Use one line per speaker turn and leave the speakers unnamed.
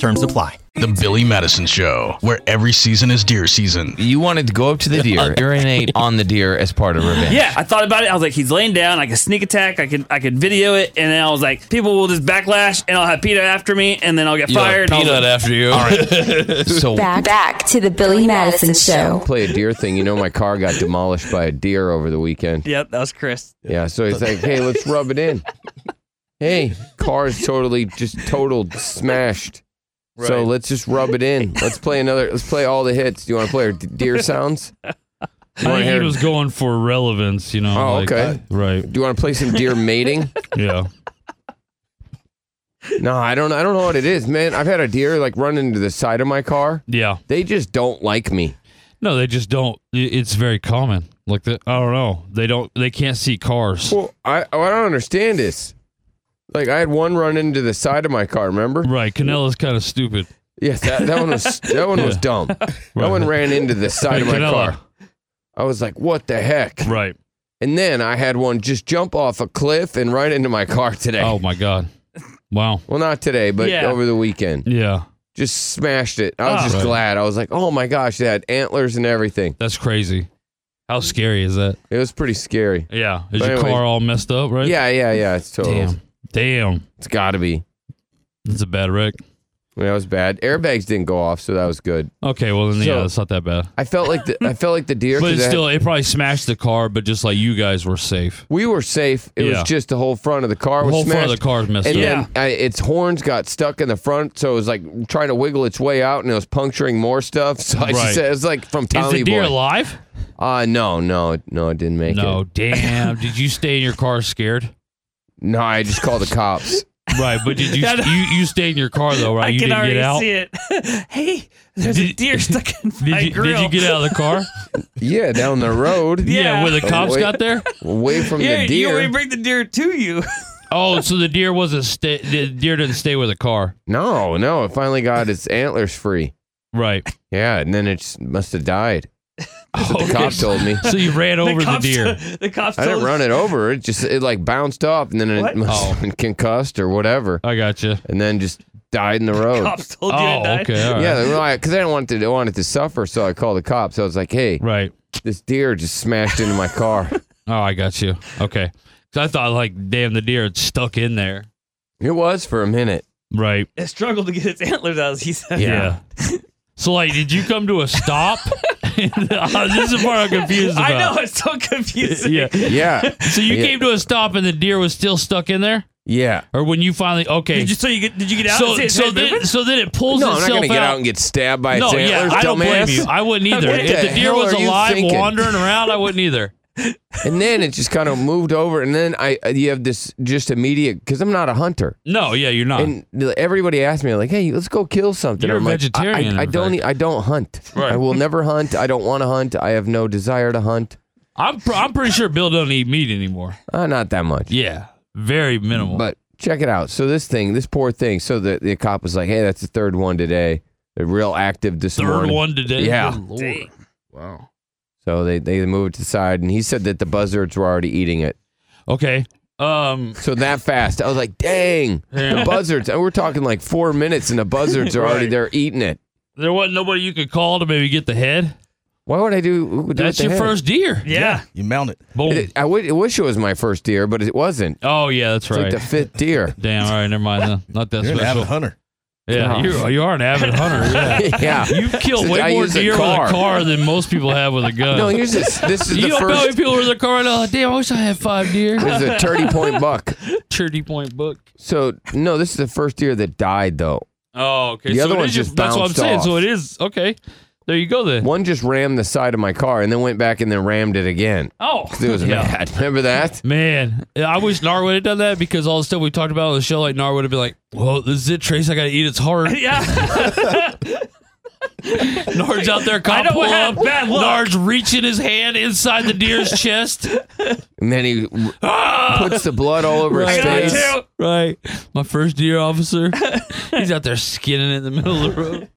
Terms apply.
The Billy Madison Show, where every season is deer season.
You wanted to go up to the deer, urinate on the deer as part of revenge.
Yeah, I thought about it. I was like, he's laying down. I could sneak attack. I could I could video it, and then I was like, people will just backlash, and I'll have Peter after me, and then I'll get
You'll have
fired. and I was
peanut
like,
after you. All right.
So
Back, back to the Billy Madison Show.
play a deer thing. You know, my car got demolished by a deer over the weekend.
Yep, that was Chris.
Yeah, so he's like, hey, let's rub it in. Hey, car's totally just total smashed. So
Right.
let's just rub it in. Let's play another. Let's play all the hits. Do you want to play our d- deer sounds?
I think he was going for relevance, you know.
Oh,
like-
okay.
Right.
Do you want to play some deer mating?
Yeah.
No, I don't. I don't know what it is, man. I've had a deer like run into the side of my car.
Yeah.
They just don't like me.
No, they just don't. i- It's very common. Like the, I don't know. They don't. They can't see cars.
Well, I oh, I don't understand this. Like I had one run into the side of my car. Remember?
Right. Canella's kind of stupid.
Yes, that, that one was that one was
Yeah.
dumb. That
Right.
one ran into the side
Hey,
of my
Canelo.
car. I was like, what the heck?
Right.
And then I had one just jump off a cliff and right into my car today.
Oh my God. Wow.
Well, not today, but
Yeah.
over the weekend.
Yeah.
Just smashed it. I was
Oh.
just
Ah. Right.
glad. I was like, oh my gosh, they had antlers and everything.
That's crazy. How scary is that?
It was pretty scary.
Yeah. Is
But
your
anyways-
car all messed up? Right.
Yeah, yeah, yeah. It's total.
Damn. Damn.
It's got to be.
That's a bad wreck.
That was bad. Airbags didn't go off, so that was good.
Okay. Well, then
So-
yeah, that's not that bad.
I felt like the I felt like the deer.
But
'cause
it's
I-
still, it probably smashed the car, but just like you guys were safe.
we were safe. It
Yeah.
was just the whole front of the car
The
was
whole
smashed.
front of the car's messed
And
up.
then I, its horns got stuck in the front, so it was like trying to wiggle its way out, and it was puncturing more stuff. So I just
Right.
said, it's like from
Is
Tommy
the deer
Boy.
alive?
Uh no, no, no, it didn't make
No,
it.
damn. Did you stay in your car scared?
No, I just called the cops.
Right, but did you you, you stayed in your car though, right?
I
Oh, you
can
didn't
already
get out.
see it. hey, there's a
Did-
deer stuck in my
Did you,
grill.
did you get out of the car?
yeah, down the road.
Yeah.
when the
Oh,
cops
wait.
got there.
Away from
Yeah,
the
you
deer.
already bring the deer to you.
Oh, so the deer wasn't sta- the deer didn't stay with the car.
no, no, it finally got its antlers free.
Right.
Yeah, and then it just must have died. That's what the
Okay.
cop told me.
So you ran over the,
cops,
deer.
The cops
I
told us-
didn't run it over. It just it like bounced off and then it
What?
must
Oh.
have been concussed or whatever,
I got you.
and then just died in the road.
Cops told you it
Oh,
died.
okay. all right.
Yeah, because I didn't want it to want it to suffer, so I called the cops. I was like, "Hey,
Right.
this deer just smashed into my car."
Oh, I got you. Okay. So I thought like, damn, the deer had stuck in there.
it was for a minute.
Right.
It struggled to get its antlers out. He said.
Yeah. So like, did you come to a stop? this is the part I'm confused about.
I know it's so confusing.
Yeah.
Yeah,
So you
Yeah.
came to a stop and the deer was still stuck in there,
yeah.
or when you finally okay.
Did you so you get did you get out? and see
so
its
so
head
then,
moving?
so then it pulls
No, I'm not
itself
gonna get out
out.
and get stabbed by its
no, yeah,
antlers,
I don't blame
dumbass.
you. I wouldn't either.
What
if
the
the deer
hell
was
are you
alive,
thinking?
wandering around, I wouldn't either.
And then it just kind of moved over, and then I you have this just immediate because I'm not a hunter,
No, yeah, you're not.
and everybody asked me like, "Hey, let's go kill something."
You're a
I'm like, I-
vegetarian,
I, I
in
don't. e,
fact.
I don't hunt.
Right.
I will never hunt. I don't want to hunt. I have no desire to hunt.
I'm pr- I'm pretty sure Bill doesn't eat meat anymore.
Uh, not that much.
Yeah, very minimal.
But check it out. So this thing, this poor thing. So the, the cop was like, "Hey, that's the third one today. They're real active this
Third
morning."
one today.
Yeah.
Good lord.
Wow. So they they moved it to the side, and he said that the buzzards were already eating it.
Okay. Um.
So that fast, I was like, "Dang, the
Yeah.
buzzards!" And we're talking like four minutes, and the buzzards are already
Right.
there eating it.
There wasn't nobody you could call to maybe get the head.
Why would I do? do it
That's
to
your
him?
first deer.
yeah.
You mount it.
Boom.
It- I would- I wish it was my first deer, but it wasn't.
oh yeah, that's
It's
right.
like the fifth deer.
Damn. All right. Never mind. Then. Not that
You're an
special.
avid hunter.
Yeah,
God.
you you are an avid hunter. Yeah.
yeah.
You've killed
Since I
way more
use a
deer
car.
with a car than most people have with a gun.
No, here's this. This is
you
the
don't know
first.
people with a car. and, Oh, damn! I wish I had five deer.
This is a thirty point buck.
Thirty point book.
So no, this is the first deer that died though.
Oh, okay.
The
so
other
it
one's
is
just
that's what I'm
bounced
saying.
off.
So it is okay. There you go then.
One just rammed the side of my car and then went back and then rammed it again.
Oh,
'Cause It was mad. Remember that?
Man, I wish Nar would have done that because all the stuff we talked about on the show, like Nar would have been like, "Well, this is it, Trace. I gotta eat its heart."
yeah.
Nar's out there,
I
cop
don't
pull
have
up.
bad luck.
Nar's reaching his hand inside the deer's chest.
And then he
Ah!
puts the blood all over his
I got
face.
two.
Right, my first deer officer. He's out there skinning it in the middle of the road.